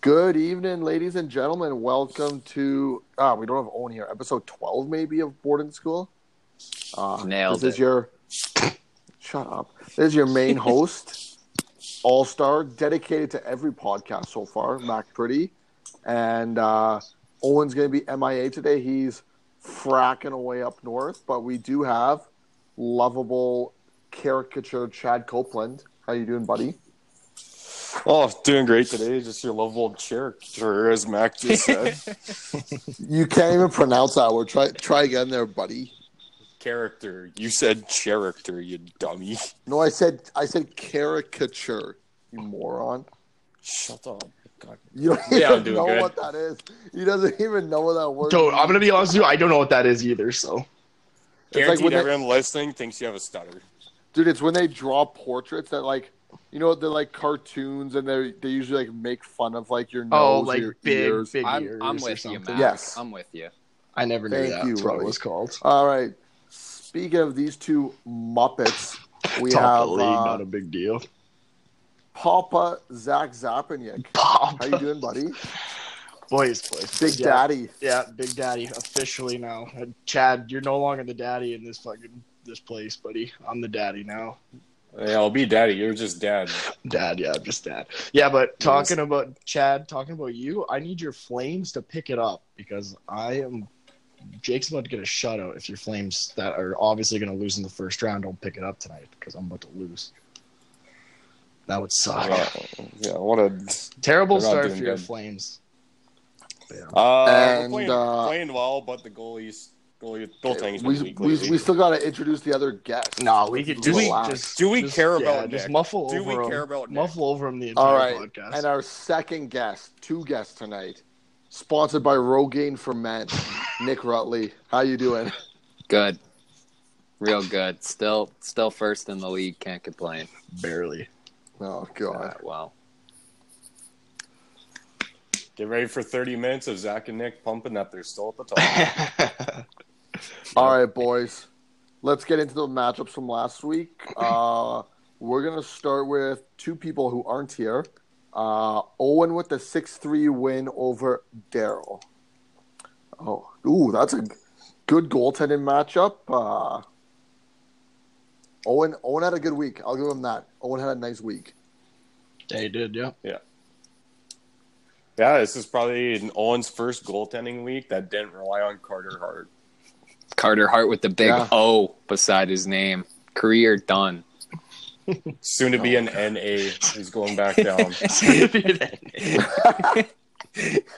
Good evening, ladies and gentlemen. Welcome to ah, we don't have Owen here. Episode twelve, maybe of Boarding School. Uh, Nailed this is it. your shut up. This is your main host, all star, dedicated to every podcast so far. Mac Pretty, and uh, Owen's going to be MIA today. He's fracking away up north, but we do have lovable caricature Chad Copeland. How you doing, buddy? Oh, doing great today. Just your lovable caricature, as Mac just said. You can't even pronounce that word. Try try again, there, buddy. character. You said character, you dummy. No, I said I said caricature. You moron. Shut up. God. You don't Yeah, I'm even doing know good. what that is. He doesn't even know what that word. So I'm means. gonna be honest with you, I don't know what that is either. So like Guaranteed when they- everyone listening thinks you have a stutter. dude. It's when they draw portraits that like, you know, they're like cartoons, and they they usually like make fun of like your nose, oh, or like your big, ears. big I'm, ears. I'm or with you, something. Mac. Yes. I'm with you. I never knew Thank that. you, Uh, That's what buddy. it was called. All right. Speaking of these two muppets, we Top have of the league, uh, not a big deal. Papa Zach Zapanyik. Pop, How you doing, buddy? boys, boys, Big yeah. Daddy. Yeah, Big Daddy, officially now. Uh, Chad, you're no longer the daddy in this fucking this place, buddy. I'm the daddy now. Yeah, I'll be daddy. You're just dad. Dad, yeah, I'm just dad. Yeah, but talking about Chad, talking about you, I need your flames to pick it up because I am. Jake's about to get a shutout if your flames that are obviously going to lose in the first round don't pick it up tonight because I'm about to lose. That would suck. Yeah, Ah, yeah, what a. Terrible They're not start doing for your good. flames. Uh, we're And, playing, uh, playing well, but the goalies, goalie, goaltending's been we, weak we, lately. we still got to introduce the other guest. No, we could Do we- just, just do we just- care yeah, about just Nick? muffle Do over we him, care about Nick? muffle over him the entire All right. podcast. And our second guest, two guests tonight, sponsored by Rogaine for Men, Nick Rutley. How you doing? Good. Real good. Still still first in the league, can't complain. Barely. Oh Uh, god. well. Get ready for 30 minutes of Zach and Nick pumping that they're still at the top. All right, boys. Let's get into the matchups from last week. Uh, we're gonna start with two people who aren't here. Uh, Owen with the six three win over Daryl. Oh, ooh, that's a good goaltending matchup. Uh, Owen Owen had a good week. I'll give him that. Owen had a nice week. yeah, you did, yeah. yeah, this is probably an Owen's first goaltending week that didn't rely on Carter Hart. Carter Hart with the big Yeah. O beside his name. Career done. Soon to be an NA. He's going back down.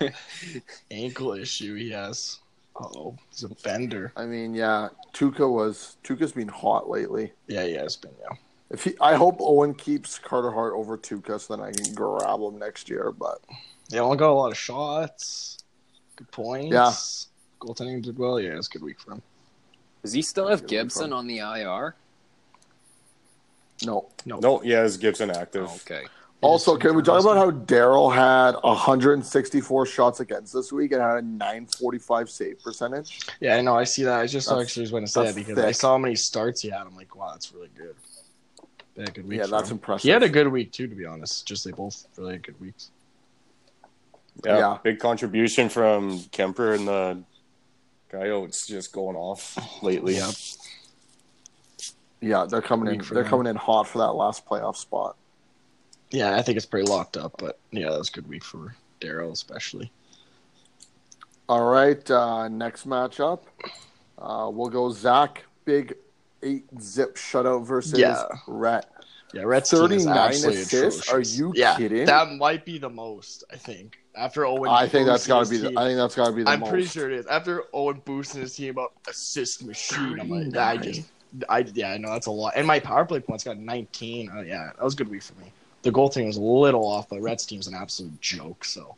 ankle issue he has. Oh, he's a bender. I mean, yeah, Tuca was Tuca's been hot lately. Yeah, yeah, it's been yeah. If he, I hope Owen keeps Carter Hart over Tuca, so then I can grab him next year. But They all got a lot of shots. Good points. Goaltending did well. Yeah, it's a good week for him. Does he still That's a have good one. Gibson on the IR? no. No, yeah, is Gibson active? Oh, okay. Also, can we talk about how Daryl had 164 shots against this week and had a 945 save percentage? Yeah, I know. I see that. I just That's- actually was going to say that's that because thick. I saw how many starts he had. I'm like, wow, that's really good. Yeah, good week. yeah, for that's him. impressive. He had a good week too, to be honest. Just they both really had good weeks. Yeah, Yeah. big contribution from Kemper and the Coyotes just going off lately. Yeah. yeah, they're coming in. Week for They're them. coming in hot for that last playoff spot. Yeah, I think it's pretty locked up, but yeah, that was a good week for Daryl especially. All right, uh, next matchup, uh, we'll go Zach Big Eight Zip Shutout versus Yeah. Rat. Yeah, Red's team is 39 absolutely assists? Are atrocious. you yeah, kidding? That might be the most. I think after Owen. I think that's Boosted got to his be. The, team- I think that's got to be the I'm pretty most. sure it is after Owen boosting his team up assist machine. I'm like, I just, I yeah, I know that's a lot. And my power play points got 19. Oh yeah, that was a good week for me. The goal thing was a little off, but Reds team's an absolute joke. So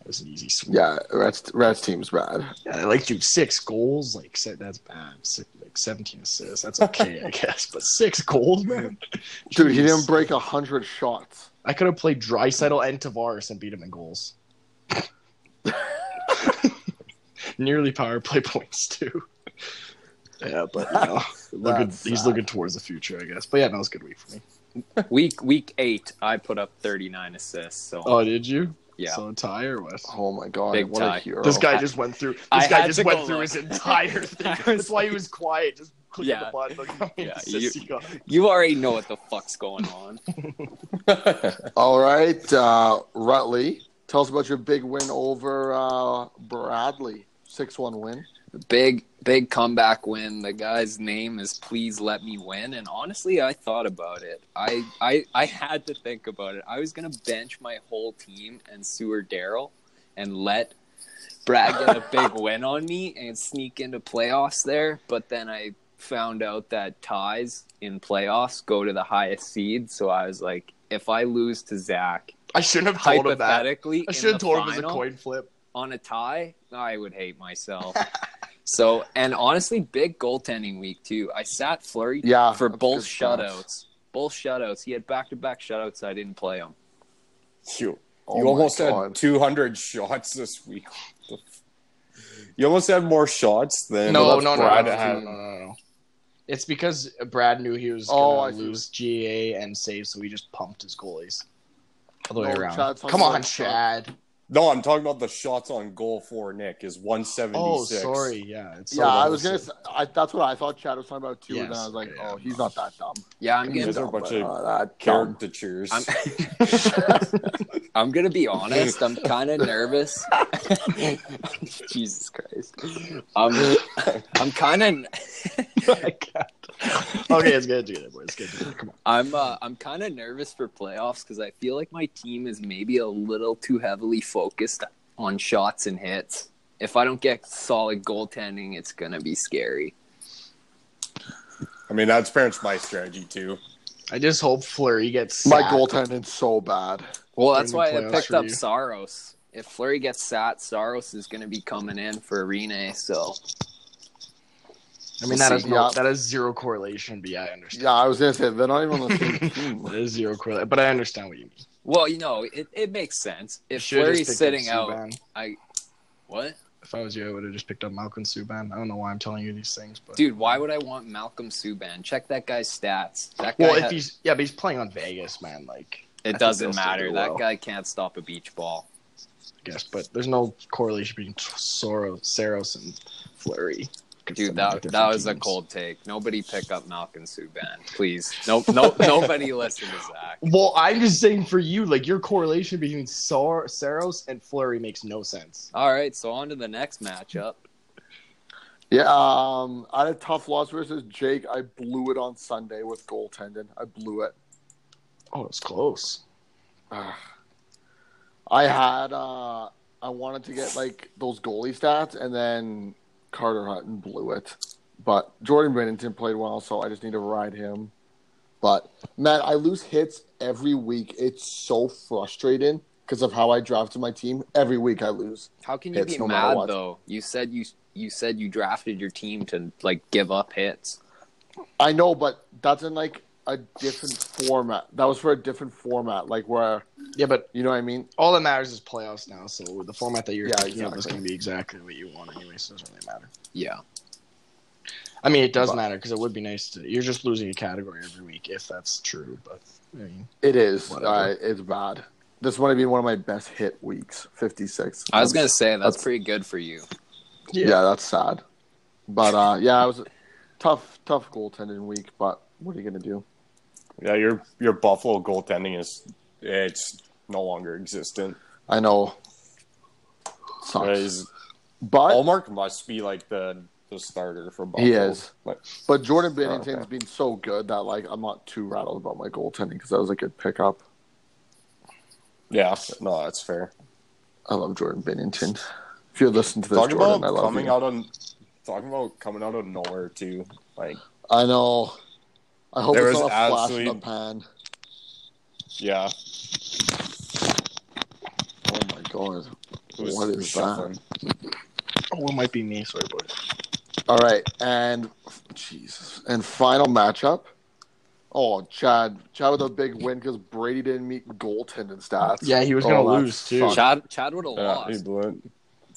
it was an easy sweep. Yeah, Rat's, Rat's team's bad. Yeah, like dude, six goals, like se- that's bad. Six, like 17 assists, that's okay, I guess. But six goals, man. Dude, he Jeez. didn't break hundred shots. I could have played Drysaddle and Tavares and beat him in goals. Nearly power play points too. Yeah, but you know, looking, That's he's sad. looking towards the future, I guess. But yeah, that was a good week for me. Week week eight, I put up thirty nine assists. So Oh, did you? Yeah. So a tie or what? Oh my god, Big what tie. a hero! This guy I- just went through. This I guy had just to went go through low. his entire thing. I was That's why he was quiet, just clicking Yeah. the button. Like, Yeah, it's you- just, you go, You already know what the fuck's going on. All right, uh, Rutley, tell us about your big win over uh, Bradley, six-one win. big, big comeback win. The guy's name is Please Let Me Win. And honestly, I thought about it. I, I, I had to think about it. I was going to bench my whole team and sewer Daryl and let Brad get a big win on me and sneak into playoffs there. But then I found out that ties in playoffs go to the highest seed. So I was like, if I lose to Zach, I shouldn't have told him that. hypothetically, I in should have the told him it was a final, coin flip. on a tie, I would hate myself. so, and honestly, big goaltending week too. I sat Flurry Yeah, for that's both good stuff. shutouts. Both shutouts. He had back-to-back shutouts. I didn't play him. you Oh you my almost God. had 200 shots this week. What the f- You almost had more shots than No, No, that's no, no, no, Brad no, had. no, no, no, no. It's because Brad knew he was Oh, I gonna see. lose GA and save, so he just pumped his goalies all the way No, around. Chad's talking Come on, about- Chad. No, I'm talking about the shots on goal for Nick is 176. Oh, sorry. Yeah, it's so yeah, I low, was so- gonna. s- I, that's what I thought. Chad was talking about too, and Yes, I was like, yeah. "Oh, he's not that dumb." Yeah, I'm He's Those gonna. are a dumb, bunch but of not that dumb. Caricatures. I'm, I'm gonna be honest. I'm kind of nervous. Jesus Christ. I'm. I'm kind of. Oh okay, it's good to do that, boys. It's good to do that. Come on. I'm uh, I'm kind of nervous for playoffs because I feel like my team is maybe a little too heavily focused on shots and hits. If I don't get solid goaltending, it's gonna be scary. I mean, that's pretty much my strategy too. I just hope Flurry gets My sacked. goaltending's so bad. Well, that's why During the I playoffs picked for up you. Saros. If Flurry gets sat, Saros is gonna be coming in for Rene. So I mean, that See, is no, yeah. that is zero correlation, but yeah, I understand. Yeah, I was gonna say they're not even on the same team. That is zero correlation, but I understand what you mean. well, you know, it, it makes sense. If Should've just Flurry's sitting picked up out, Subban. what? If I was you, I would have just picked up Malcolm Subban. I don't know why I'm telling you these things, but Dude, why would I want Malcolm Subban? Check that guy's stats. That guy Well, if ha- he's yeah, but he's playing on Vegas, man. Like I it think doesn't they'll still matter. do That well. guy can't stop a beach ball. I guess, but there's no correlation between Soros, Saros, and Flurry. Dude, that that was a cold take. Nobody pick up Malcolm Subban, please. No, no, nobody listen to Zach. Well, I'm just saying for you, like your correlation between Sor- Saros and Flurry makes no sense. All right, so on to the next matchup. Yeah, um, I had a tough loss versus Jake. I blew it on Sunday with goaltending. I blew it. Oh, it's close. Ugh. I had uh, I wanted to get like those goalie stats, and then Carter Hutton blew it. But Jordan Bennington played well, so I just need to ride him. But man, I lose hits every week. It's so frustrating because of how I drafted my team. Every week I lose. How can you Hits, be no matter mad what. though? You said you you said you drafted your team to like give up hits. I know, but that's in like a different format. That was for a different format, like where Yeah, but you know what I mean. all that matters is playoffs now. So the format that you're Yeah, thinking of is exactly. going to be exactly what you want anyway. So it doesn't really matter. Yeah, I mean, it does But- matter because it would be nice to. You're just losing a category every week if that's true. But I mean, It is. Whatever. Uh, it's bad. This might be one of my best hit weeks. Fifty six. I was gonna say that's That's- pretty good for you. Yeah. that's sad. But uh, yeah, it was a tough, tough goaltending week. But what are you gonna do? Yeah, your your Buffalo goaltending is it's no longer existent. I know. Sucks. Is- But Allmark must be like the the starter for Buffalo. He is. Like, but Jordan Bennington's okay. been so good that like I'm not too rattled about my goaltending because that was a good pickup. yeah, no, that's fair. I love Jordan Bennington. If you listen to this, talking Jordan, I about love coming you. out on talking about coming out of nowhere too. Like, I know. I hope There it's was not a flash in absolutely- the pan. yeah, Oh my god. it was What is shuffling. oh, it might be me. Sorry, boys. All right, and Jesus, and final matchup. Oh, Chad, Chad with a big win because Brady didn't meet goaltending stats. Yeah, he was Oh, going to that lose too. sucks. Chad Chad would have Yeah, he lost. blew it.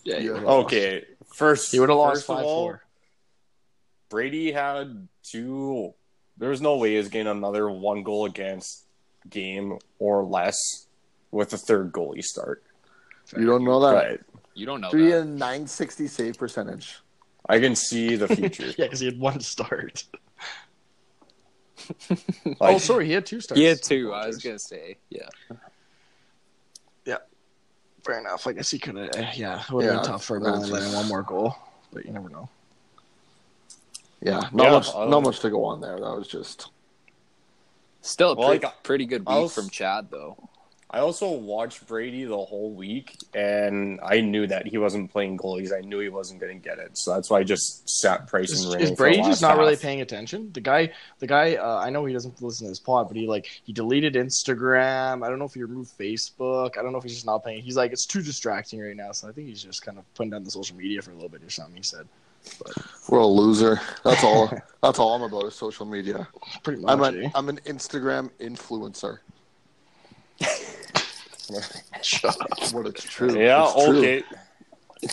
Yeah, Yeah. you- Okay, first He would have lost first of five all, four. Brady had two. There was no way he was getting another one goal against game or less with a third goalie start. You don't know that. Right. You don't know Dude, he that. had a 960 save percentage. I can see the future. Yeah, because he had one start. Like, oh, sorry, he had two starts. He had two. I was gonna say. Yeah. Fair enough. I guess he could have. Yeah, it would have Yeah, been tough for him to that's only let in just- one more goal, but you never know. Yeah, not Yeah, uh, much. I not don't- much to go on there. That was just. Still a Well, pretty, like, pretty good beat I'll s- from Chad Oh, though. I also watched Brady the whole week, and I knew that he wasn't playing goalies. I knew he wasn't going to get it, so that's why I just sat Price Is, and Rennie. is for Brady the just last not really half. paying attention? The guy, the guy. Uh, I know he doesn't listen to his pod, but he like he deleted Instagram. I don't know if he removed Facebook. I don't know if he's just not paying. He's like it's too distracting right now, so I think he's just kind of putting down the social media for a little bit or something. He said We're a loser. That's all. that's all I'm about is social media. pretty much. I'm eh? an I'm an Instagram influencer. Shut up. What it's true. Yeah. It's true.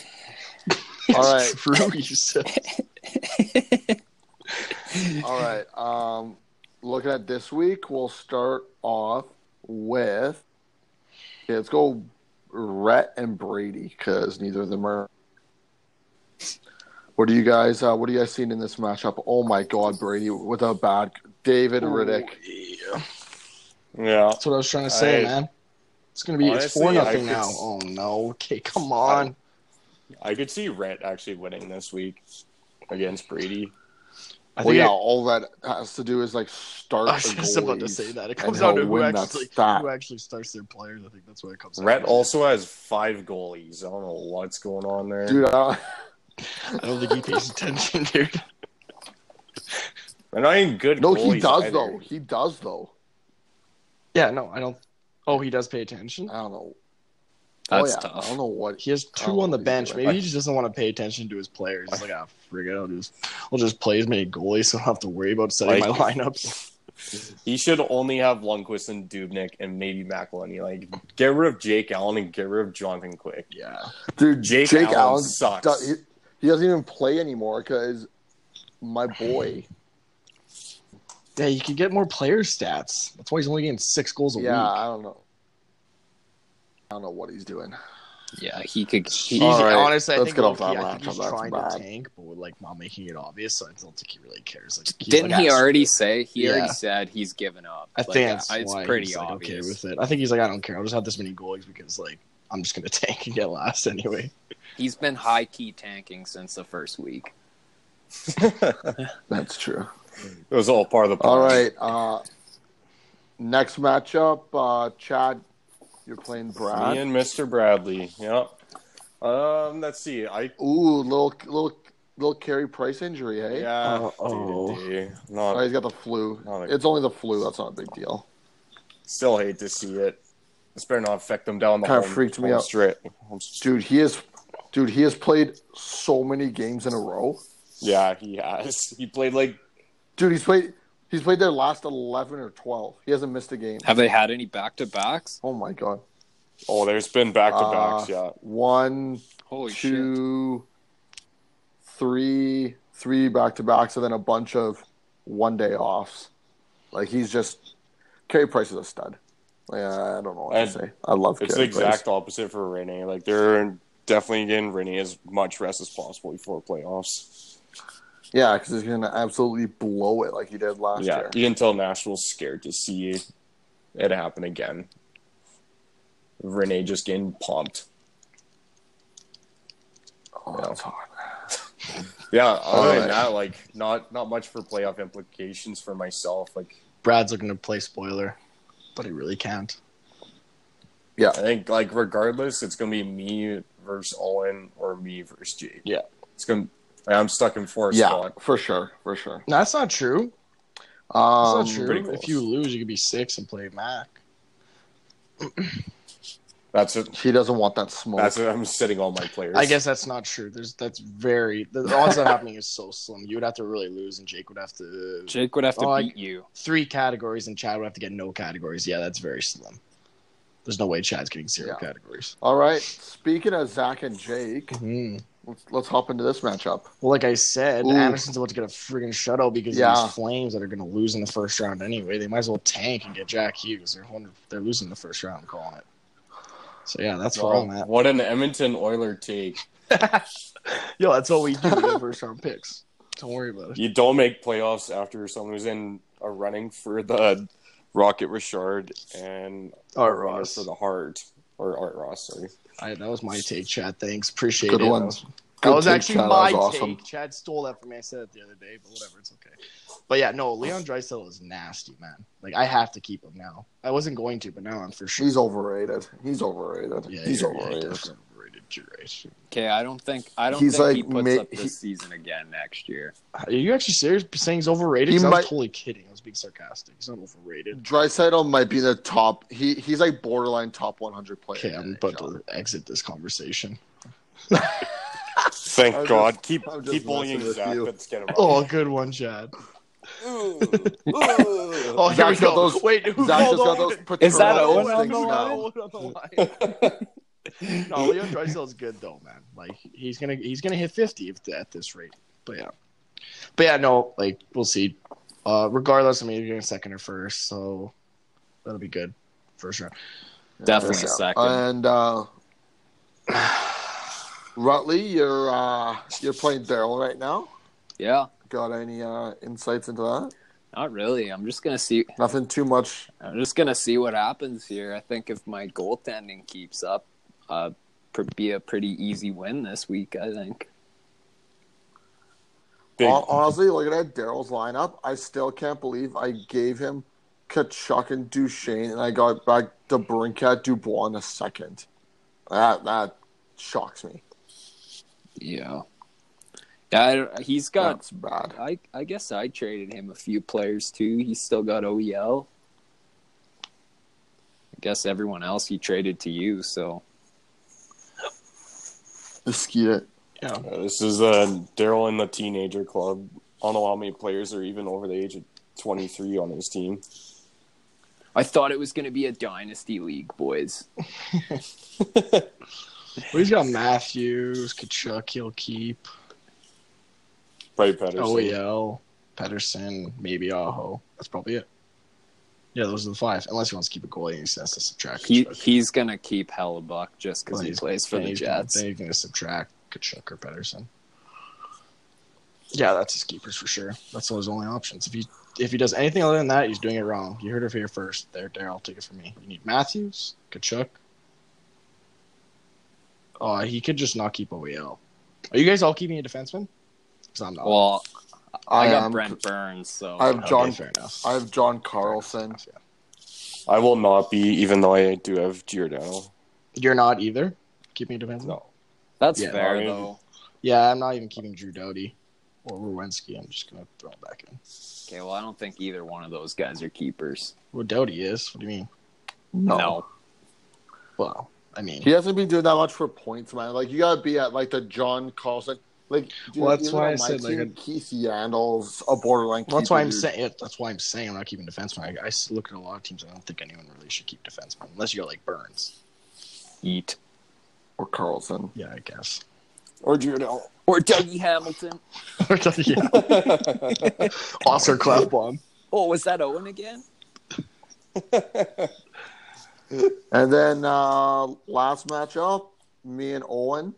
okay. All right. True, you said. All right. Um, looking at this week, we'll start off with. Okay, let's go Rhett and Brady because neither of them are. What do you guys? Uh, what are you guys seeing in this matchup? Oh my God, Brady with a bad David Riddick. Yeah. Yeah. That's what I was trying to say, I- man. It's gonna be it's Honestly, four I nothing could now. s- Oh no. Okay, come on. I could see Rhett actually winning this week against Brady. I well, think yeah, I- all that has to do is like start. I was the just about to goalies, say that. It and comes he'll down to who win that actually stat. who actually starts their players. I think that's what it comes. Rhett down also has five goalies. I don't know what's going on there. Dude, uh, to. I don't think he pays attention, dude. They're not even good. no, goalies he does either. though. He does though. Yeah, no, I don't. Oh, he does pay attention. I don't know. Oh, That's yeah, tough. I don't know what. He has Oh, two on the he's bench. doing Maybe he just doesn't want to pay attention to his players. He's like, ah, frig it. I'll just, I'll just play as many goalies, so I don't have to worry about setting Like- my lineups. He should only have Lundqvist and Dubnik and maybe McElhinney. Like, get rid of Jake Allen and get rid of Jonathan Quick. Yeah, Dude, Jake Jake, Allen Allen, sucks. do- he, he doesn't even play anymore because my boy. yeah. You could get more player stats. That's why he's only getting six goals a yeah, week. I don't know. I don't know what he's doing. Yeah, he could. He's He, All right, honestly, I let's think, get off low-key, that I think laptop, he's that's trying to bad. tank, but like not making it obvious. So I don't think he really cares. Like, he's didn't like, he "Ah, already say? He Yeah. already said he's given up. I Like, think that's it's why pretty he's, like, obvious. okay with it. I think he's like, I don't care. I'll just have this many goalies because like I'm just gonna tank and get last anyway. He's been high key tanking since the first week. That's true. It was all part of the All plan. right. Uh, next matchup, uh, Chad. You're playing Brad. Me and Mr. Bradley. Yep. Um, let's see. I Ooh, little little little Carey Price injury. Hey. yeah. Uh-oh. day-to-day. Oh, Not he's got the flu. Oh, they- It's only the flu. That's not a big deal. still hate to see it. This better not affect them down the Kinda home, freaked me home out. Straight. home s- Dude, he is. Dude, he has played so many games in a row. Yeah, he has. He played like Dude, he's played. He's played their last eleven or twelve. He hasn't missed a game. Have they had any back to backs? Oh my god. oh, there's been back to Uh, backs. yeah, One, Holy shit! two, three, three back to backs, and then a bunch of one day offs. Like he's just Carey Price is a stud. Like, I don't know what And to say. I love it's the Carey exact Price. opposite for Renee. Like they're definitely getting Renee as much rest as possible before playoffs. Yeah, because he's gonna absolutely blow it like he did last yeah, year. you can tell Nashville's scared to see it happen again. Renee just getting pumped. Oh, that's hard. Yeah, other than Alright. that, like not not much for playoff implications for myself. Like Brad's looking to play spoiler, but he really can't. I think like regardless, it's gonna be me versus Owen or me versus Jake. Yeah. it's gonna. I'm stuck in fourth Yeah, spot. for sure, for sure. No, that's not true. That's Um, not pretty true. close. If you lose, you could be six and play Mac. That's it. He doesn't want that smoke. That's it. I'm sitting all my players. I guess that's not true. There's that's very the odds of that happening is so slim. You would have to really lose, and Jake would have to Jake would have to Oh, I- beat you. three categories, and Chad would have to get no categories. Yeah, that's very slim. There's no way Chad's getting zero Yeah. categories. All right. Speaking of Zach and Jake, Hmm. let's, let's hop into this matchup. Well, like I said, Ooh. Anderson's about to get a friggin' shutout because of Yeah. these Flames that are going to lose in the first round anyway. They might as well tank and get Jack Hughes. They're one, they're losing the first round. I'm calling it. So yeah, that's where Wow, I'm at. what an Edmonton Oiler take. Yo, that's what we do. We have first round picks. Don't worry about it. You don't make playoffs after someone who's in a running for the Rocket Richard and All a right, runner Ross. for the Heart or Art Ross. Sorry. I, that was my take, Chad. Thanks, appreciate Good it. one. That was, Good that was take, actually Chad. That my was take. awesome. Chad stole that from me. I said it the other day, but whatever, it's okay. But yeah, no, Leon Draisaitl is nasty, man. Like I have to keep him now. I wasn't going to, but now I'm for sure. He's overrated. He's overrated. yeah, he's you're- yeah, overrated. definitely overrated. You're right. Okay, I don't think I don't He's think he like puts ma- up this he- season again next year. Are you actually serious? Saying he's overrated? He 'Cause I might- was totally kidding. I was being sarcastic. He's not overrated. Dreisaitl might be the top. He he's like borderline top 100 player. in Okay, I'm the about NHL. to exit this conversation. Thank I'm just- God. keep I'm just keep bullying messing with Zach. you. Let's get him Oh, good one, Chad. Oh, Zach got those- Wait, who Zach just got called those Owen? Is that paternal Owen on the instincts line? now. no, Leon Dreisel's good though, man. Like he's gonna he's gonna hit fifty if, at this rate. But yeah, but yeah, no, like we'll see. Uh, regardless, I mean, you're going second or first, so that'll be good. First round. Definitely Yeah. second. And uh, Rutley, you're uh, you're playing Daryl right now. yeah, Got any uh, insights into that? not really. I'm just gonna see. Nothing too much. I'm just gonna see what happens here. I think if my goaltending keeps up, uh, pr- be a pretty easy win this week. I think. Big, Hon- Honestly, look at that Daryl's lineup. I still can't believe I gave him Kachuk and Duchesne, and I got back DeBrincat Dubois in a second. That that shocks me. Yeah. Yeah, I don't- he's got. That's bad. I I guess I traded him a few players too. He's still got OEL. I guess everyone else he traded to you. So Just skeet it. Yeah, Uh, this is uh, Daryl in the teenager club. I don't know how many players are even over the age of 23 on his team. I thought it was gonna be a dynasty league, boys. well, he's got Matthews, Kachuk. He'll keep Probably Patterson. Oh, OEL, Pedersen, maybe Aho. That's probably it. Yeah, those are the five. Unless he wants to keep a goalie, and he has to subtract. He Kachuk. he's gonna keep Hellebuck just because Well, he he's- plays for then the he's gonna- Jets. Then you're going to subtract Kachuk or Pedersen. Yeah, that's his keepers for sure. That's one of his only options. If he if he does anything other than that, he's doing it wrong. You heard it here first. There, Daryl, take it from me. You need Matthews, Kachuk. Uh, he could just not keep OEL. Are you guys all keeping a defenseman? Because I'm not. Well, I, I, got am- Brent Burns, so I have Okay, John. fair enough. I have John Fair enough, Carlson. fair enough, I will not be, even though I do have Giordano. yeah. You're not either keeping a defenseman. No. that's Yeah. fair I mean- though. Yeah, I'm not even keeping Drew Doughty or Rowensky. I'm just gonna throw him back in. Okay, well, I don't think either one of those guys are keepers. Well, Doughty is. What do you mean? No, Well, I mean, He hasn't been doing that much for points, man. Like you gotta be at like the John Carlson. Like, dude, Well, that's even why on I my said, like, team, a- Keith Yandel's a borderline. well, that's why keeper, I'm dude. saying. yeah, That's why I'm saying I'm not keeping defensemen. I, I s- look at a lot of teams. I don't think anyone really should keep defensemen unless you got like Burns. eat or Carlson. Yeah, I guess. Or Giordano. or Dougie Hamilton. Or yeah, Oscar Clefbaum. Oh, was that Owen again? And then uh, last matchup, me and Owen.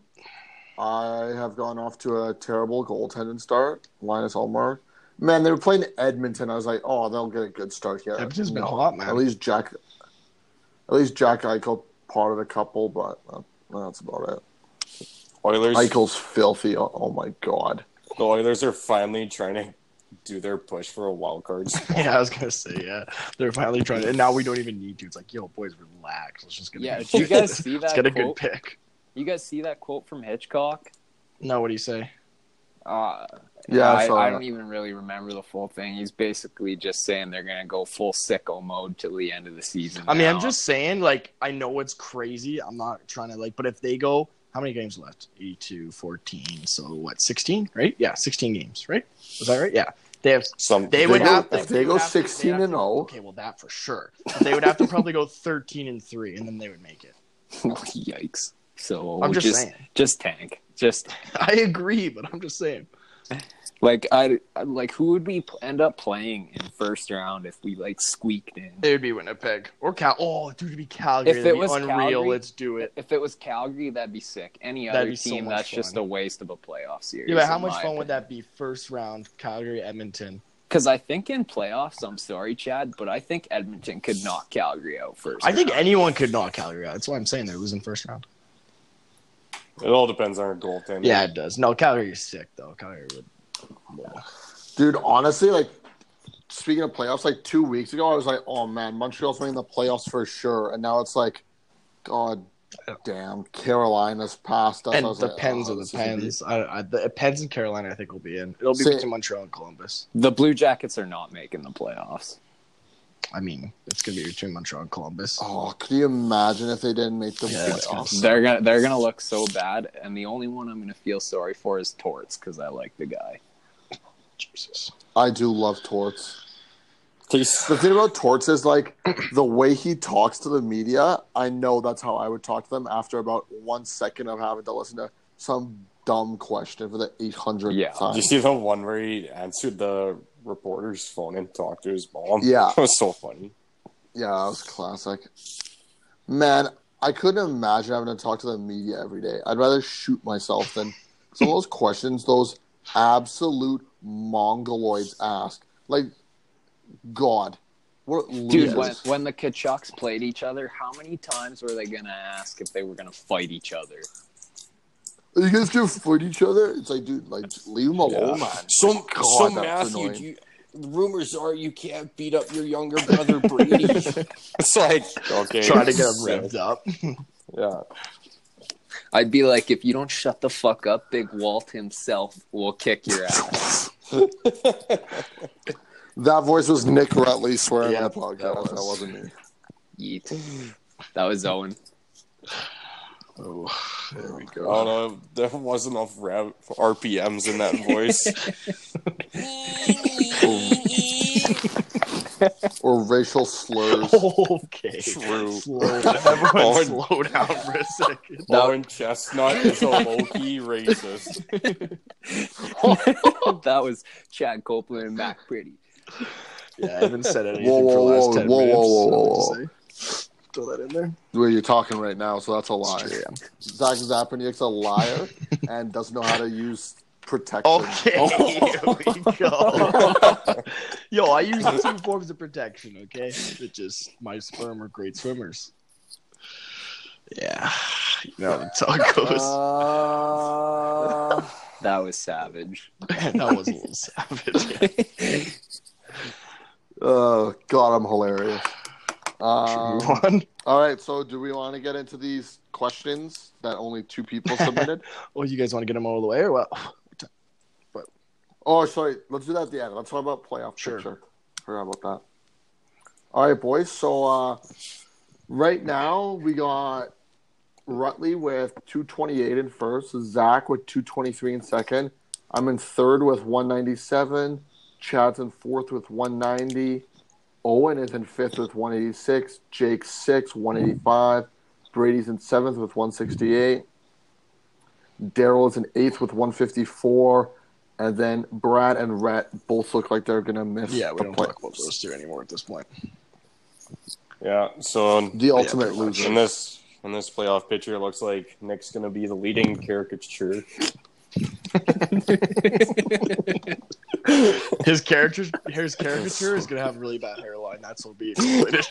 I have gone off to a terrible goaltending start. Linus Allmark. Man, they were playing Edmonton. I was like, oh, they'll get a good start here. Edmonton's been No. hot, man. At least Jack, at least Jack Eichel potted a couple, but uh, that's about it. Oilers. Eichel's filthy. Oh, oh my god. The Oilers are finally trying to do their push for a wild card. spot. yeah, I was gonna say. Yeah, they're finally trying, and now we don't even need to. It's like, yo, boys, relax. Let's just get. Yeah, a good did you guys see Let's that get a good quote? pick. You guys see that quote from Hitchcock? No, what do you say? Uh, Yeah, uh, I, I, saw I that. don't even really remember the full thing. He's basically just saying they're gonna go full sicko mode till the end of the season. I mean, I'm now. just saying, like, I know it's crazy. I'm not trying to, like, but if they go, how many games left? 82, 14, so what, 16, right? Yeah, 16 games, right? Was that right? Yeah. They have, Some they, If would they go- have, if they go would have to- 16 they'd have and oh, 0. to- Okay, well, that for sure. But they would have to probably go 13 and 3, and then they would make it. yikes. So I'm just just saying. just tank. Just I agree, but I'm just saying. Like I I- like who would we pl- end up playing in first round if we like squeaked in? It would be Winnipeg or Cal. Oh, dude, it'd be Calgary. If it That'd be was unreal. Calgary- Let's do it. If it was Calgary, that'd be sick. Any That'd other be so team, much that's just fun. a waste of a playoff series. Yeah, but how much fun would that be? First round, Calgary, Edmonton. Because I think in playoffs, I'm sorry, Chad, but I think Edmonton could knock Calgary out first. I think round. anyone could knock Calgary out. That's why I'm saying they're losing first round. It all depends on our goaltender. Yeah, it does. No, Calgary is sick though. Calgary would. Dude, honestly, like speaking of playoffs, like two weeks ago, I was like, oh man, Montreal's winning the playoffs for sure. And now it's like, God damn, Carolina's past us. I And was the like, Pens oh, are the this is gonna be- Pens. I, I, the Pens and Carolina, I think, will be in. It'll be Say- between Montreal and Columbus. the Blue Jackets are not making the playoffs. I mean, it's gonna be between Montreal and Columbus. Oh, could you imagine if they didn't make the Yeah, it's gonna playoffs? They're gonna they're gonna look so bad, and the only one I'm gonna feel sorry for is Torts because I like the guy. Jesus. I do love Torts. He's- The thing about Torts is like the way he talks to the media. I know that's how I would talk to them after about one second of having to listen to some dumb question for the 800th Yeah. time. Did you see the one where he answered the reporter's phone and talked to his mom? Yeah. It was so funny. yeah, that was classic. Man, I couldn't imagine having to talk to the media every day. I'd rather shoot myself than some of those questions those absolute mongoloids ask. Like, God, what Dude, losers. when, when the Kachucks played each other, how many times were they gonna ask if they were gonna fight each other? Are you guys gonna fight each other? It's like, dude, like leave him alone, man. So, Like, God, so that's Matthew, annoying. do you, rumors are you can't beat up your younger brother Brady. It's like, okay. Trying to get them so- revved up. Yeah. I'd be like, if you don't shut the fuck up, Big Walt himself will kick your ass. that voice was Nick Rutley swearing on Yeah, the podcast. that That, was. wasn't me. Yeet. That was Owen. Oh, there we I go. don't know. There wasn't enough rev- RPMs in that voice. Or racial slurs. Oh, Okay. True. Slow, everyone Owen- slow down for a second. That- Owen Chestnut is a low key racist. that was Chad Copeland and Mac Pretty. Yeah, I haven't said anything Whoa, for the whoa, last whoa, 10 whoa, minutes. whoa, whoa, so whoa, I'll just say- Throw that in there. Where you're talking right now, so that's a lie. It's true, Zach Zapaniak's a liar and doesn't know how to use protection. Okay, here we go. Yo, I use two forms of protection, okay? It just my sperm are great swimmers. Yeah. You know, it's how it goes. Uh, That was savage. that was a little savage. oh God, I'm hilarious. Um, One. all right, so do we want to get into these questions that only two people submitted? Oh, you guys want to get them out of the way or what? Oh, sorry. Let's do that at the end. Let's talk about playoff Sure. picture. Forgot about that. All right, boys. So uh, right now we got Rutley with 228 in first, Zach with 223 in second. I'm in third with 197. Chad's in fourth with 190. Owen is in fifth with 186. Jake's sixth, 185. Brady's in seventh with 168. Daryl is in eighth with 154. And then Brad and Rhett both look like they're going to miss Yeah, we the don't play- talk about those two anymore at this point. Yeah. So the ultimate pretty much. loser. in this in this playoff picture, it looks like Nick's gonna be the leading caricature. His character, his caricature is gonna have really bad hairline. That's what'll be exploited.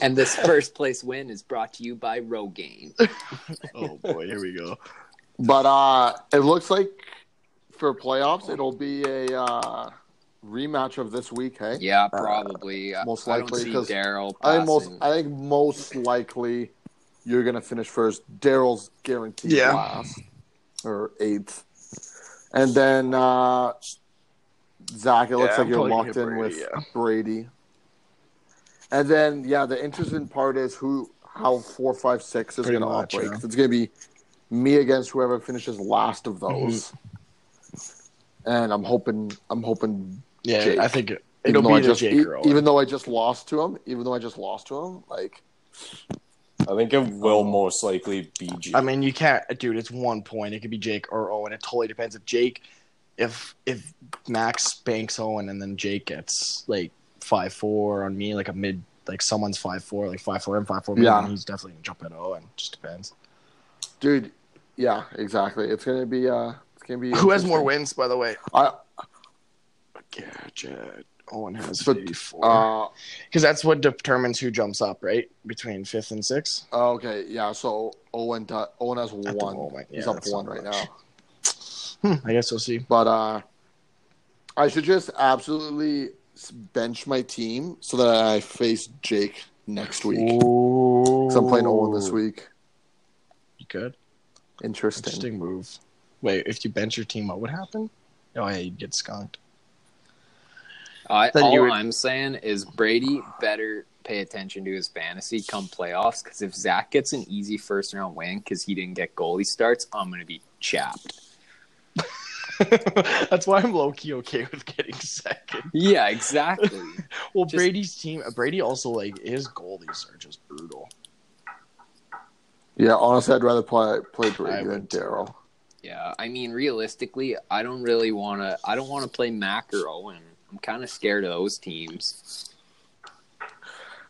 And this first place win is brought to you by Rogaine. oh boy, here we go. But uh, it looks like for playoffs, it'll be a uh, rematch of this week. Hey, Yeah, probably. I- Uh, most I likely, don't 'cause see Daryl I think most. passing. I think most likely, you're gonna finish first. Daryl's guaranteed Yeah. last or eighth, and then uh, Zach. It looks Yeah, like I'm you're probably gonna locked hit in Brady, with yeah. Brady. And then, yeah, the interesting part is who, how four, five, six is Pretty going to much, operate. yeah. 'Cause It's going to be me against whoever finishes last of Mm-hmm. those. And I'm hoping, I'm hoping, Yeah, Jake. I think it, even it'll though, be I the just, Jake e- or Owen. even though I just lost to him, even though I just lost to him, like I think it will most likely be Jake. Oh. I mean, you can't, dude. It's one point. It could be Jake or Owen. It totally depends if Jake, if if Max spanks Owen and then Jake gets like five four on me, like a mid, like someone's five four, like five four and five four. Yeah. he's definitely gonna jump at Owen. Just depends. dude. Yeah, exactly. It's gonna be. Uh, it's gonna be. Who has interesting. more wins, by the way? I, Gadget. Owen has So, fifty four. uh, Because that's what determines who jumps up, right? Between fifth and sixth. uh, okay, yeah. So Owen, do- Owen has At the one. moment, He's yeah, up that's one not right much. now. Hmm, I guess we'll see. But uh, I should just absolutely s- bench my team so that I face Jake next week. Ooh. Because I'm playing Owen this week. Good. Interesting. Interesting move. Wait, if you bench your team, what would happen? Oh, yeah, you'd get skunked. I, Then all you would- I'm saying is Brady better pay attention to his fantasy come playoffs because if Zach gets an easy first round win because he didn't get goalie starts, I'm gonna be chapped. That's why I'm low key okay with getting second. Yeah, exactly. Well, Just- Brady's team, uh, Brady also like his goalies are just brutal. Yeah, honestly, I'd rather play play I Brady than would too. Daryl. yeah, I mean, realistically, I don't really want to. I don't want to play Mac or Owen. I'm kind of scared of those teams.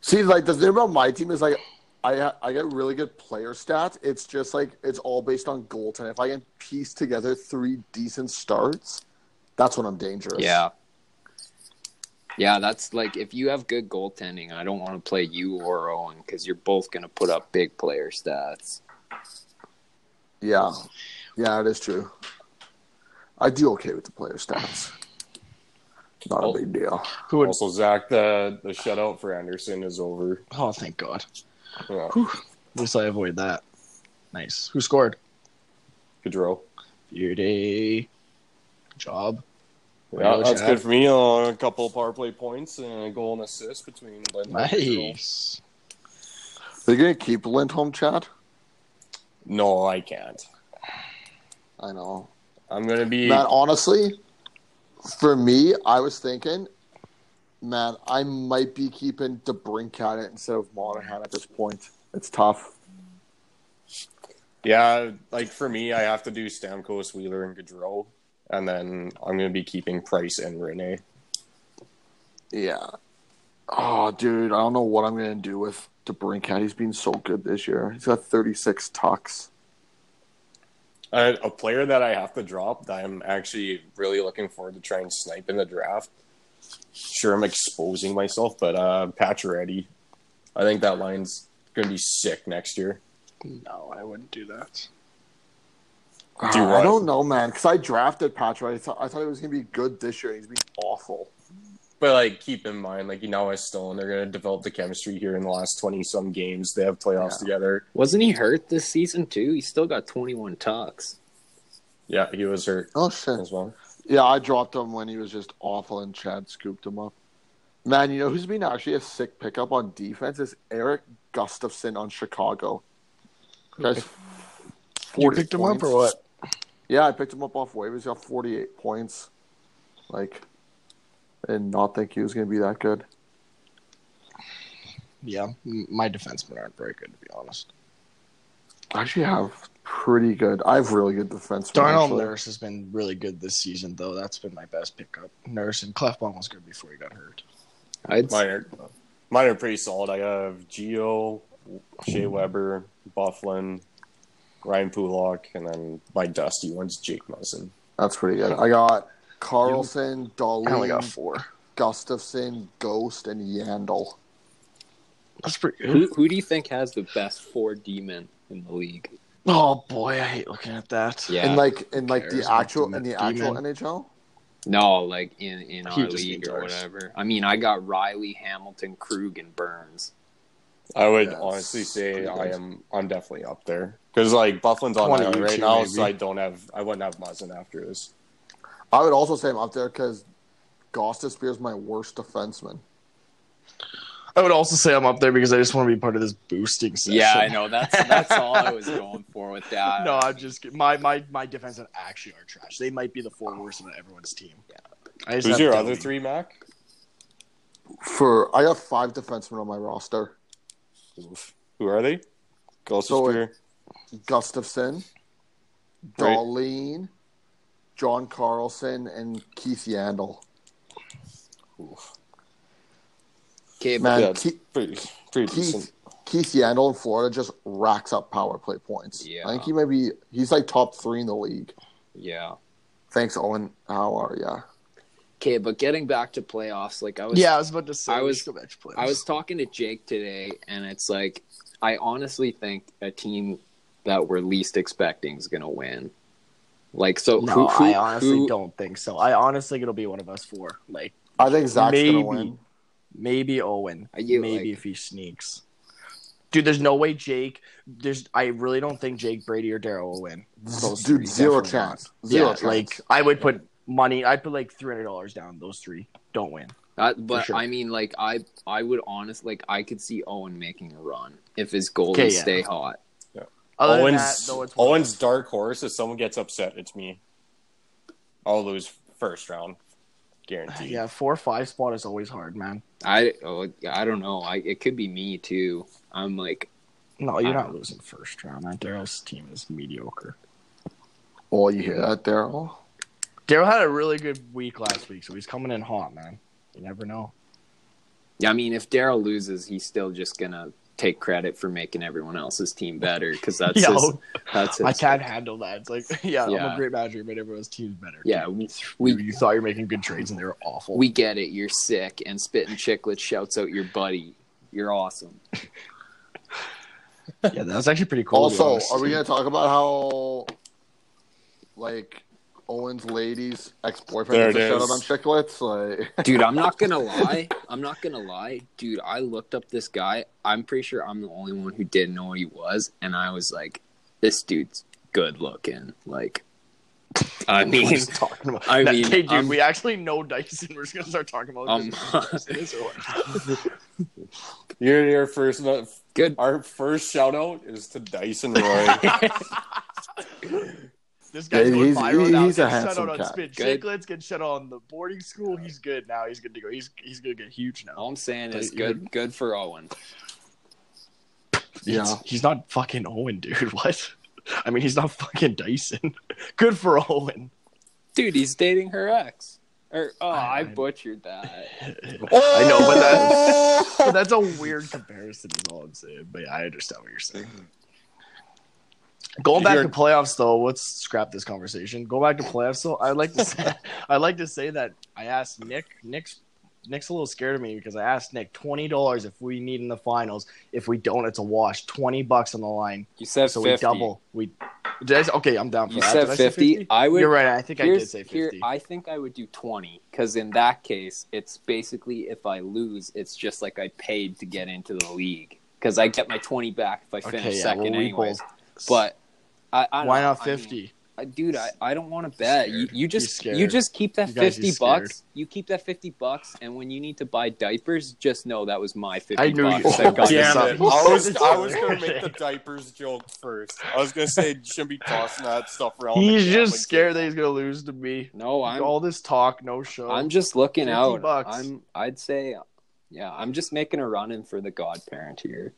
See, like the thing about my team is like, I ha- I get really good player stats. It's just like it's all based on goaltending. If I can piece together three decent starts, that's when I'm dangerous. Yeah. Yeah, that's like if you have good goaltending, I don't want to play you or Owen because you're both going to put up big player stats. yeah, yeah. It is true. I do okay with the player stats. Not Oh. a big deal. Who would? also, Zach, the the shutout for Anderson is over. Oh, thank God. Yeah, At least I avoid that. Nice. Who scored? Gaudreau. Beauty. Good job. Yeah, Really, that's Chad? good for me. Uh, a couple of power play points and a goal and assist between Lindholm and Gaudreau. Nice. They're gonna keep Lindholm, Chad. No, I can't. I know. I'm gonna be. Man, honestly, for me, I was thinking, man, I might be keeping DeBrincat it instead of Monahan at this point. It's tough. Yeah, like for me, I have to do Stamkos, Wheeler, and Gaudreau, and then I'm gonna be keeping Price and Rene. Yeah. Oh, dude, I don't know what I'm gonna do with DeBrincat. He's been so good this year. He's got 36 tucks. A, a player that I have to drop that I'm actually really looking forward to try and snipe in the draft. Sure, I'm exposing myself, but uh, Pacioretty, I think that line's gonna be sick next year. No, I wouldn't do that. Do Ah, I what? don't know, man, because I drafted Patrick. I thought, I thought he was gonna be good this year. He's been awful. But like, keep in mind, like you know, it's still and they're gonna develop the chemistry here in the last twenty some games. They have playoffs Yeah. together. Wasn't he hurt this season too? He still got 21 tucks. Yeah, he was hurt Oh shit. as well. Yeah, I dropped him when he was just awful, and Chad scooped him up. Man, you know who's been actually a sick pickup on defense is Eric Gustafson on Chicago. Guys, You 40 picked him up points. or what? Yeah, I picked him up off waivers. He got forty-eight points. Like, I did not think he was going to be that good. Yeah, m- my defensemen aren't very good to be honest. I actually have pretty good. I have really good defense. Darnell actually. Nurse has been really good this season, though. That's been my best pickup. Nurse and Clefbaum was good before he got hurt. I'd Mine are, mine are pretty solid. I have Geo, Shea Weber, Bufflin, Ryan Pulak, and then my dusty one's Jake Muzzin. That's pretty good. I got Carlson, I only got Dahlin, four. Gustafson, Ghost, and Yandel. That's pretty who who do you think has the best four D men in the league? Oh boy, I hate looking at that. Yeah, in like in like Cares the about actual the in the Met actual Demon. NHL. no, like in in He our just league needs or ours. whatever. I mean, I got Riley, Hamilton, Krug, and Burns. I would That's honestly say pretty I good. am I'm definitely up there because like Bufflin's on 20 island each right here, now, maybe. so I don't have I wouldn't have Muzzin after this. I would also say I'm up there because Gosta Spears my worst defenseman. I would also say I'm up there because I just want to be part of this boosting session. Yeah, I know. That's that's all I was going for with that. No, I'm just kidding. my my my defensemen actually are trash. They might be the four worst on everyone's team. Yeah. I just Who's have your Domi. other three, Mac? For I got five defensemen on my roster. Who are they? Closest So it- beer. Gustafson, Right. Darlene, John Carlson, and Keith Yandel. Okay, but Man, Yeah. uh, Keith, Pretty, pretty decent. Keith, Keith Yandel in Florida just racks up power play points. Yeah. I think he might be he's like top three in the league. yeah. Thanks, Owen. How are ya? Okay, but getting back to playoffs, like I was yeah, I was about to say. I we was- should go back to playoffs. I was talking to Jake today, and it's like I honestly think a team that we're least expecting is going to win. Like so, No, who, who- I honestly who- don't think so. I honestly think it'll be one of us four. Like I think Zach's maybe, gonna win. maybe Owen. Are you, maybe like- if he sneaks. Dude, there's no way Jake. There's. I really don't think Jake Brady or Daryl will win. Those Dude, three zero definitely not. chance. Zero yeah, chance. like I would put money. I'd put like three hundred dollars down. Those three don't win. That, uh, but sure. I mean, like I, I would honestly like I could see Owen making a run if his goalies Okay, yeah. stay hot. Other than that, Owen's, though, it's one of Owen's dark horse. If someone gets upset, it's me. I'll lose first round, us. guaranteed. Yeah, four or five spot is always hard, man. I, oh, I don't know. I it could be me too. I'm like, No, you're I- not losing first round. man. Daryl's team is mediocre. Oh, you hear that, Daryl? Daryl had a really good week last week, so he's coming in hot, man. You never know. I mean, if Daryl loses, he's still just gonna take credit for making everyone else's team better because that's Yo, his, that's his, I can't handle that. It's like, yeah, I'm Yeah. a great manager, but everyone's team's better. Yeah, Dude, we, you, we you thought you were making good trades, and they were awful. we get it. You're sick, and spitting chicklets shouts out your buddy. You're awesome. yeah, that was actually pretty cool. to be also, honest. are we gonna talk about how like Owen's ladies ex There boyfriend it gets a shout out is. on chicklets? Like Dude, I'm not gonna lie. I'm not gonna lie. Dude, I looked up this guy. I'm pretty sure I'm the only one who didn't know what he was, and I was like, this dude's good looking. Like I What mean is he talking about? I That- mean, hey, dude, um, we actually know Dyson. We're just gonna start talking about Um, this. It is or what? You're your first. good Our first shout out is to Dyson Roy. This guy's Yeah, going he's- viral now. he's a Get shut handsome out on cat. spin Good. chicklets. Get shut out on the boarding school. He's good now. He's good to go. He's he's gonna get huge now. all I'm saying is good good for Owen. Yeah. He's- he's not fucking Owen, dude. What? I mean, he's not fucking Dyson. Good for Owen. Dude, he's dating her ex. Or oh I, I- butchered that. I know, but that, but that's a weird comparison, is all I'm saying. But yeah, I understand what you're saying. Going back You're- to playoffs, though, let's scrap this conversation. Go back to playoffs, though. I'd like to say, I'd like to say that I asked Nick. Nick's Nick's a little scared of me because I asked Nick twenty dollars if we need in the finals. If we don't, it's a wash. Twenty bucks on the line, You said so 50. we double. We did I, say- okay. I'm down for You that. said Did I say 50. I would You're right. I think I did Here's- say here- fifty. I think I would do 20 because in that case, it's basically if I lose, it's just like I paid to get into the league because I get my 20 back if I finish okay, yeah, second well, we anyways. both- But I, I don't why know. not I mean, fifty? I- dude, I, I don't want to bet. You, scared. you just He's you scared. just keep that You guys, 50 he's bucks. You keep that 50 bucks, and when you need to buy diapers, just know that was my 50 I knew you- bucks. that got us Damn up. I it. was, I was gonna make the diapers joke first. I was gonna say you shouldn't be tossing that stuff around. He's Yeah, just like- scared that he's gonna lose to me. No, I'm All this talk, no show. I'm just looking 50 out. bucks. I'm I'd say yeah, I'm just making a run in for the godparent here.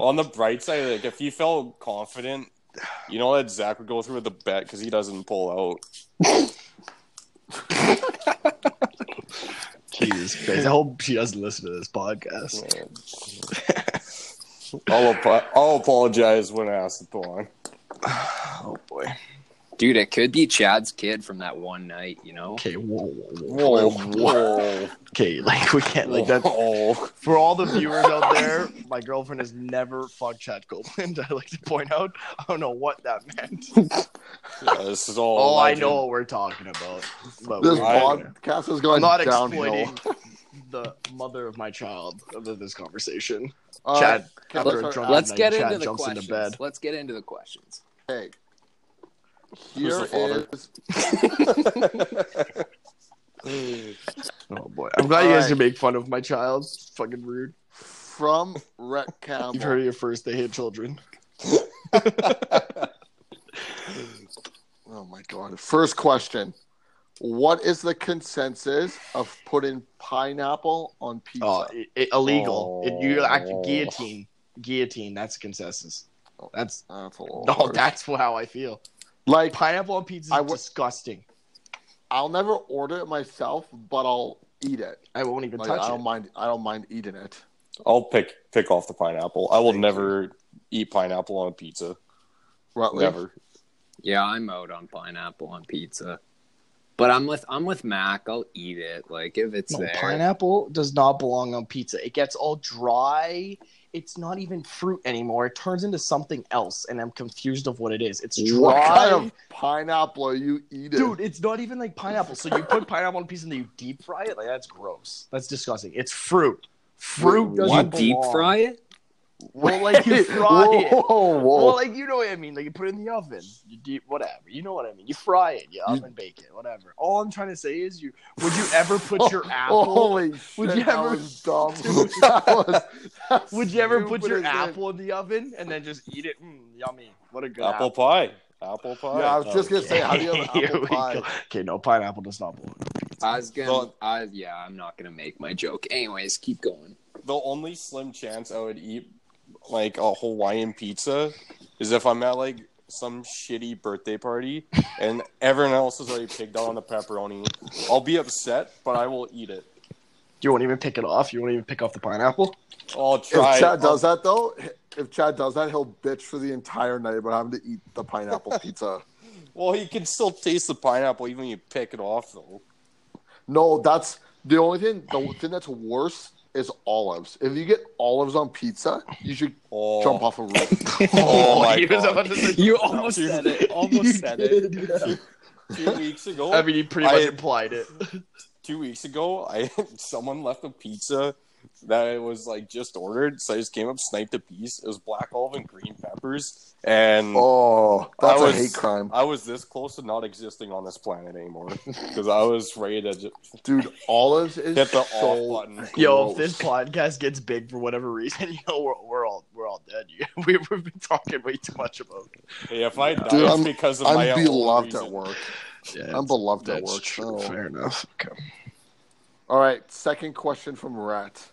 On the bright side, like if he felt confident, you know that Zach would go through with the bet because he doesn't pull out. Jesus Christ. I hope she doesn't listen to this podcast. I'll, apo- I'll apologize when asked to on. Oh boy. Dude, it could be Chad's kid from that one night, you know? Okay. Whoa. Whoa. Whoa. Whoa, whoa. whoa, Oh, Okay. Like we can't. Like that. whoa. For all the viewers out there, my girlfriend has never fucked Chad Copeland. I like to point out. I don't know what that meant. Yeah, this is all. Oh, I legend. know what we're talking about. But this we're- I- podcast is I'm going not downhill. exploiting the mother of my child of this conversation. Uh, Chad, can I other start- drunk- Let's Like, get Chad into the jumps into questions. bed. Let's get into the questions. Hey, Who's here the father? is Oh boy. I'm glad you guys Alright. can make fun of my child. It's fucking rude. from Rhett Campbell. You've heard it here first. They hate children. Oh my god! First question: What is the consensus of putting pineapple on pizza? Oh, it, it- illegal. Oh. It, you act guillotine. guillotine. That's consensus. That's That's a little. no. harsh. That's how I feel. like Pineapple on pizza is I would- disgusting. I'll never order it myself, but I'll eat it. I won't even Like, Oh, I touch don't it. mind. I don't mind eating it. I'll pick pick off the pineapple. I will never eat pineapple on a pizza. Rutledge. Never. Yeah, I'm out on pineapple on pizza. But I'm with I'm with Mac. I'll eat it. Like if it's No, there. pineapple does not belong on pizza. It gets all dry. It's not even fruit anymore. It turns into something else, and I'm confused of what it is. It's dry. What kind of pineapple are you eating? Dude, it's not even like pineapple. So you put pineapple on a pizza and then you deep fry it? Like that's gross. That's disgusting. It's fruit. Fruit Wait, doesn't you what? deep belong. fry it? Well, like you fry whoa, it. Whoa, whoa. Well, like you know what I mean. Like you put it in the oven, you deep whatever. You know what I mean. You fry it, you oven bake it, whatever. All I'm trying to say is, you would you ever put your apple? Holy shit, Would you that ever- was dumb. Dude. that was, that's Would you ever put stupid your as it. apple in the oven and then just eat it? Mm, yummy. What a good Apple apple. pie. Apple pie. Yeah, I was just gonna say, how do you have Here apple we pie? go. Okay, no, pineapple does not belong. I was gonna Well- I yeah, I'm not gonna make my joke. Anyways, keep going. the only slim chance I would eat like a Hawaiian pizza is if I'm at like some shitty birthday party and everyone else has already picked out on the pepperoni. I'll be upset, but I will eat it. You won't even pick it off. You won't even pick off the pineapple. I'll try. If I'll- Chad does that though, if Chad does that, he'll bitch for the entire night about having to eat the pineapple pizza. Well, you can still taste the pineapple even when you pick it off, though. No, that's the only thing. The thing that's worse is olives. If you get olives on pizza, you should Oh, jump off a roof. Oh my he was God. about to say- You almost Dude. said it. Almost said it. Two weeks ago, I mean, he pretty much I- implied it. two weeks ago, I someone left a pizza that I was like just ordered, so I just came up, sniped a piece. It was black olive and green peppers, and Oh, that's I a was- hate crime, I was this close to not existing on this planet anymore because I was ready to just dude. Olives is hit the so off button. gross. Yo, if this podcast gets big for whatever reason, you know we're, we're all we're all dead. You- We, we've been talking way too much about. It. Hey, if I die, Dude, it's I'm- because of my I'm own beloved reason. at work. Yeah, I'm beloved at that's work. true. so- Fair enough. Okay. All right, second question from Rat.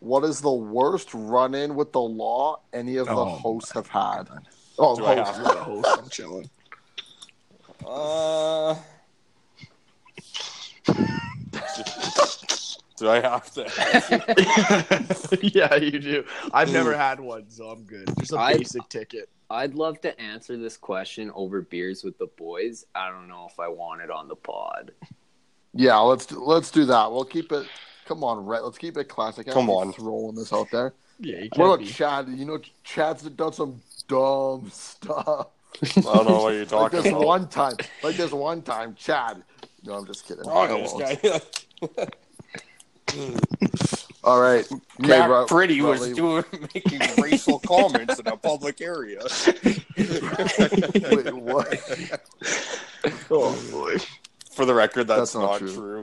What is the worst run in with the law any of the Oh, hosts have had? Oh, Do I host, have- you're the host. I'm chilling. Uh, do I have to? yeah, you do. I've never had one, so I'm good. Just a I- basic ticket. I'd love to answer this question over beers with the boys. I don't know if I want it on the pod. Yeah, let's do, let's do that. We'll keep it. Come on, Rat. Let's keep it classic. I Come keep on. throwing this out there. Yeah, you What can't about be. Chad? You know, Chad's done some dumb stuff. I don't know what you're Like talking this about. one time, like this one time, Chad. No, I'm just kidding. Oh, this guy. All right, Cat Ru- Pretty was Rutley, doing making racial comments in a public area. wait, what? Oh boy. For the record, that's, That's not, not true.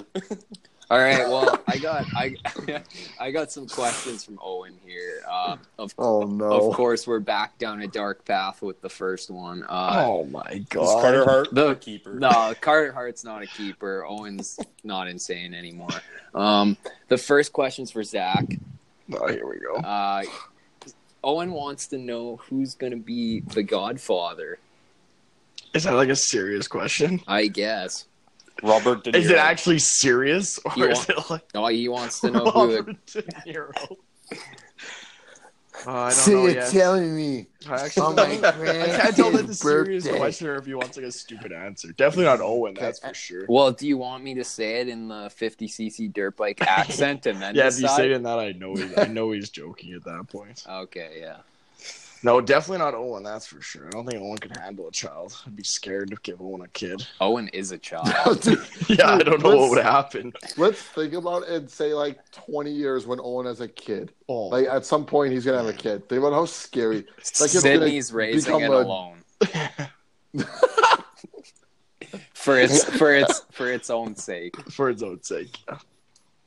All right. Well, I got I I got some questions from Owen here. Uh, of Oh of no! course, we're back down a dark path with the first one. Uh, Oh my Is god. Carter Hart The- the keeper? No, Carter Hart's not a keeper. Owen's not insane anymore. Um, the first question's for Zach. Oh, here we go. Uh, Owen wants to know who's going to be the Godfather. Is that like a serious question? I guess. Robert De Niro. Is it actually serious, or You is it like Oh, he wants to know who. The, Robert De Niro? Uh, I don't So know you're yet. telling me I actually on don't my know. I can't tell that the grandkid's serious birthday. question or if he wants like a stupid answer. Definitely not Owen, that's for sure. well, do you want me to say it in the 50cc dirt bike accent and then Yeah, if you decide? say it in that, I know he, I know he's joking at that point. Okay, yeah. No, definitely not Owen. That's for sure. I don't think Owen could handle a child. I'd be scared to give Owen a kid. Owen is a child. Dude, Yeah, I don't know what Let's- would happen. let's think about it and say like 20 years when Owen has a kid. Oh, Like at some point he's gonna have a kid. Think about how scary. Like it's Sydney's gonna raising become it a- alone for its for its for its own sake. for its own sake.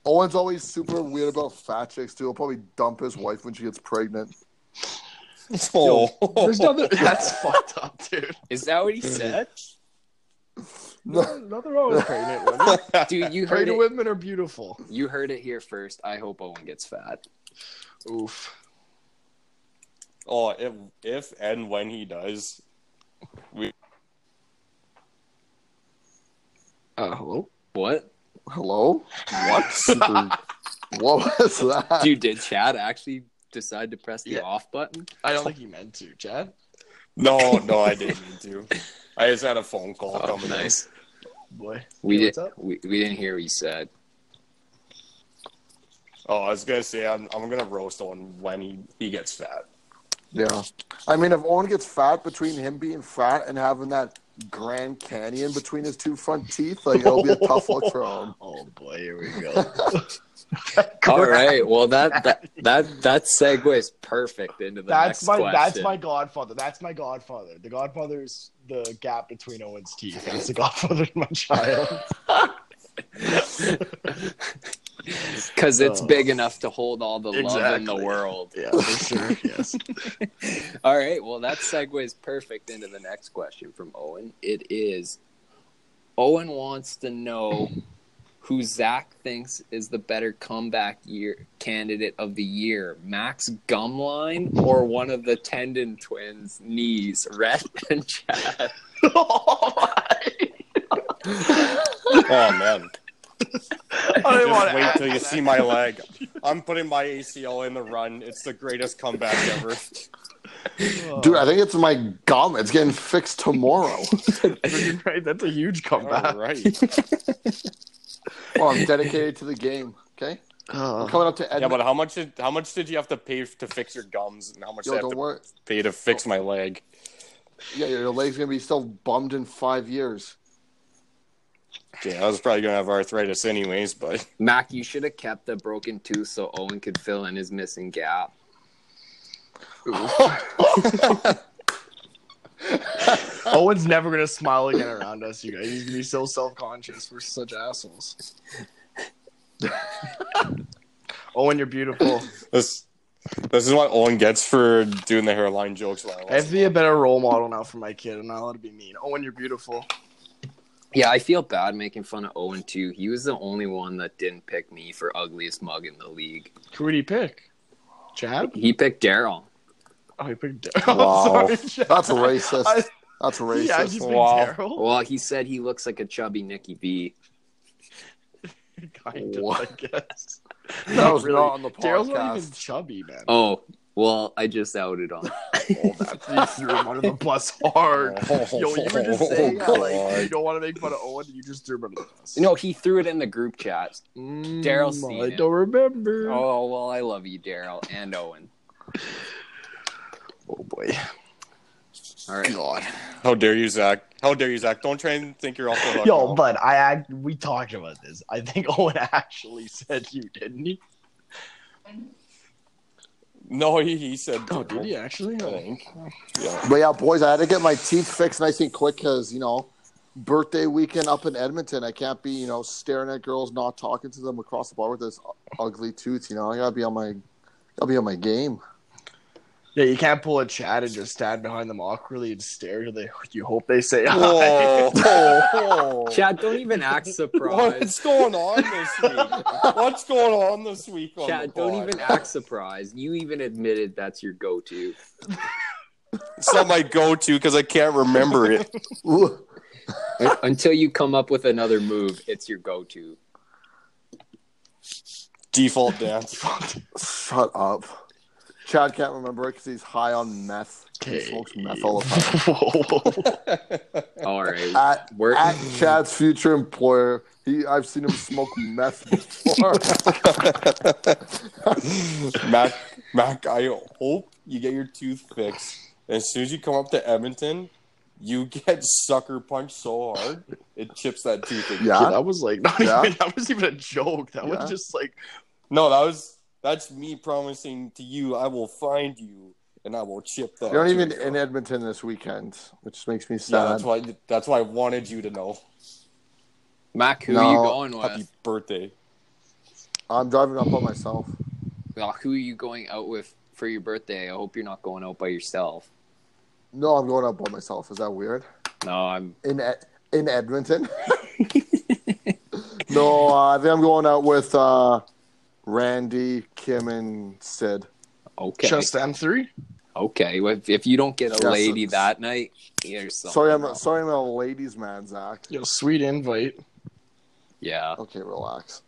Owen's always super weird about fat chicks too. He'll probably dump his wife when she gets pregnant. Oh. There's nothing. That's fucked up, dude. Is that what he said? No. nothing wrong with pregnant women. Dude, you heard Pregnant it. women are beautiful. You heard it here first. I hope Owen gets fat. Oof. Oh, if if and when he does, Uh, hello. What? Hello? What? Super- what was that? Dude, did Chad actually decide to press the Yeah. off button? I don't think he meant to, Chad. no, no, I didn't mean to. I just had a phone call Oh, coming. in. nice. Boy, We Hey, did. what's up? We, we didn't hear what you said. Oh, I was gonna say I'm, I'm gonna roast on when he, he gets fat. Yeah. I mean, if Owen gets fat between him being fat and having that Grand Canyon between his two front teeth, like it'll be a tough look for Owen. Oh boy, here we go. All right. Well, that that that that segues perfect into the that's next my question. that's my godfather. That's my godfather. The godfather's the gap between Owen's teeth. That's the godfather of my child. because it's Oh. big enough to hold all the love in the Exactly. world. Yeah, for sure. Yes. All right. Well, that segues perfect into the next question from Owen. It is Owen wants to know who Zach thinks is the better comeback year candidate of the year, Max Gumline or one of the tendon twins' knees, Rhett and Chad. Oh man, I just didn't want to wait add till you see my leg. I'm putting my ACL in the run. It's the greatest comeback ever. Oh. Dude, I think it's my gum. It's getting fixed tomorrow. right. That's a huge All comeback. right. well, I'm dedicated to the game. Okay? We're coming up to Yeah, Edmonton. but how much did how much did you have to pay to fix your gums, and how much did Yo, I have don't to worry. pay to fix my leg? Yeah, your leg's going to be still bummed in five years. Yeah, I was probably gonna have arthritis anyways, but Mac, you should have kept the broken tooth so Owen could fill in his missing gap. Owen's never gonna smile again around us, you guys. He's gonna be so self conscious. We're such assholes. Owen, you're beautiful. this this is what Owen gets for doing the hairline jokes. When I I have to was be a better role model now for my kid. I'm not allowed to be mean. Owen, you're beautiful. Yeah, I feel bad making fun of Owen too. He was the only one that didn't pick me for ugliest mug in the league. Who did he pick? Chad? He picked Daryl. Oh, he picked Wow. Daryl. Sorry, Chad. That's racist. I- That's racist. yeah, he picked Wow. Daryl. Well, he said he looks like a chubby Nicky B. Kind of, I What? guess. that was really. not on the Daryl's not even podcast. chubby, man. Oh, well, I just outed on. Oh, that you threw him under the bus hard. Yo, you were just saying how, like you don't want to make fun of Owen. You just threw him under the bus. Mm, No, he threw it in the group chat. Daryl seen I it. don't remember. Oh, Oh, well, I love you, Daryl and Owen. boy, All right. God. How dare you, Zach? How dare you, Zach? Don't try and think you're awful. about Yo, now. but I act, we talked about this. I think Owen actually said you, didn't he? no, he, he said. Oh, actually? I think. Yeah. But yeah, boys, I had to get my teeth fixed nice and quick because you know, birthday weekend up in Edmonton, I can't be you know staring at girls, not talking to them across the bar with this ugly tooth. You know, I gotta be on my, gotta be on my game. Yeah, you can't pull a chat and just stand behind them awkwardly and stare. till They, you hope they say hi. Whoa, whoa, whoa. Chad, don't even act surprised. What's going on this week? What's going on this week? On the Chad, don't pod? even act surprised. You even admitted that's your go to. It's not my go-to because I can't remember it. Ooh. Until you come up with another move, it's your go to. Default dance. Shut up. Chad can't remember it because he's high on meth. He smokes meth all the time. Whoa. All right. At, We're, at Chad's future employer, he I've seen him smoke meth before. Mac, Mac, I hope you get your tooth fixed. And as soon as you come up to Edmonton, you get sucker punched so hard it chips that tooth. in. Yeah, yeah, that was like not Yeah. even that was even a joke. That Yeah. was just like No, that was that's me promising to you I will find you and I will chip that. you're not even tooth. in Edmonton this weekend, which makes me Yeah, sad. that's why that's why I wanted you to know. Mac, who are No, you going with? Happy birthday. I'm driving up by myself. Well, who are you going out with for your birthday? I hope you're not going out by yourself. No, I'm going up by myself. Is that weird? No, I'm. In Ed- in Edmonton? no, uh, I think I'm going out with uh, Randy, Kim, and Sid. Okay. just them three. Okay, well, if, if you don't get a Yes, lady it's- that night, you Sorry, I'm a, sorry, I'm a ladies' man, Zach. Yo, sweet invite. yeah. Okay, relax.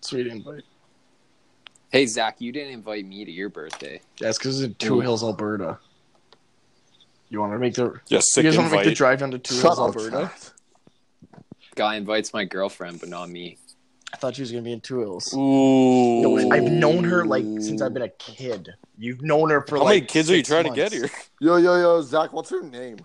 Sweet invite. Hey Zach, you didn't invite me to your birthday. That's because it's in Two Ooh. Hills, Alberta. You want to make the Yeah, you sick guys want to make the invite. drive down to Two Shut up, Hills, Alberta? Chad. Guy invites my girlfriend, but not me. I thought she was gonna be in Two Hills. Ooh. Yo, I've known her like since I've been a kid. You've known her for How like. many kids are you six trying to get months. here? Yo, yo, yo, Zach, what's her name?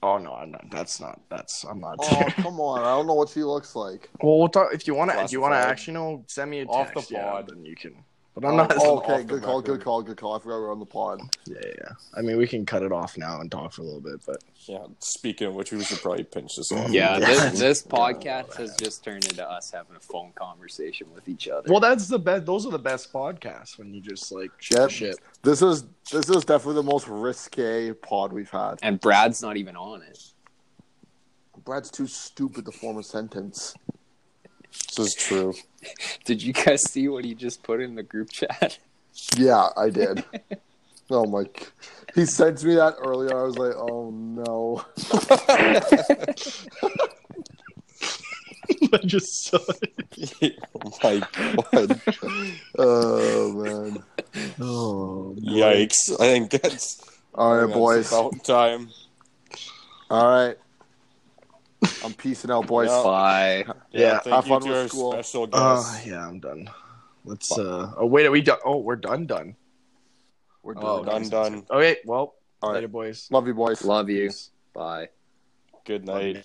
Oh no, I'm not. That's not. That's I'm not. Oh, come on. I don't know what she looks like. well, we'll talk if you want to. Do you want to Classified. actually know? Send me a text. Off the yeah, pod. then you can. But I'm Oh, not. That's Oh, an okay, off good the call, record. good call, good call. I forgot we were on the pod. Yeah, yeah, yeah. I mean, we can cut it off now and talk for a little bit, but Yeah, speaking of which, we should probably pinch this off. Yeah, Yeah. this, this podcast has just turned into us having a phone conversation with each other. well, that's the best. Those are the best podcasts when you just like shoot Yep. shit. This is this is definitely the most risque pod we've had. and Brad's not even on it. Brad's too stupid to form a sentence. This is true. Did you guys see what he just put in the group chat? Yeah, I did. oh my! g- He sent me that earlier. I was like, oh no. I just saw it. oh my god. Oh man. Oh, Yikes. I think that's. All I right, think that's boys. All About time. right. I'm peacing out, boys. Yeah. Bye. Yeah, thank have you fun to with our school. Oh, special Uh, guest. yeah, I'm done. Let's. uh Oh wait, are we done? Oh, we're done. Done. We're done. Oh, done, done. Okay. Well, All right. later, boys. Love you, boys. Love you. Peace. Bye. Good night.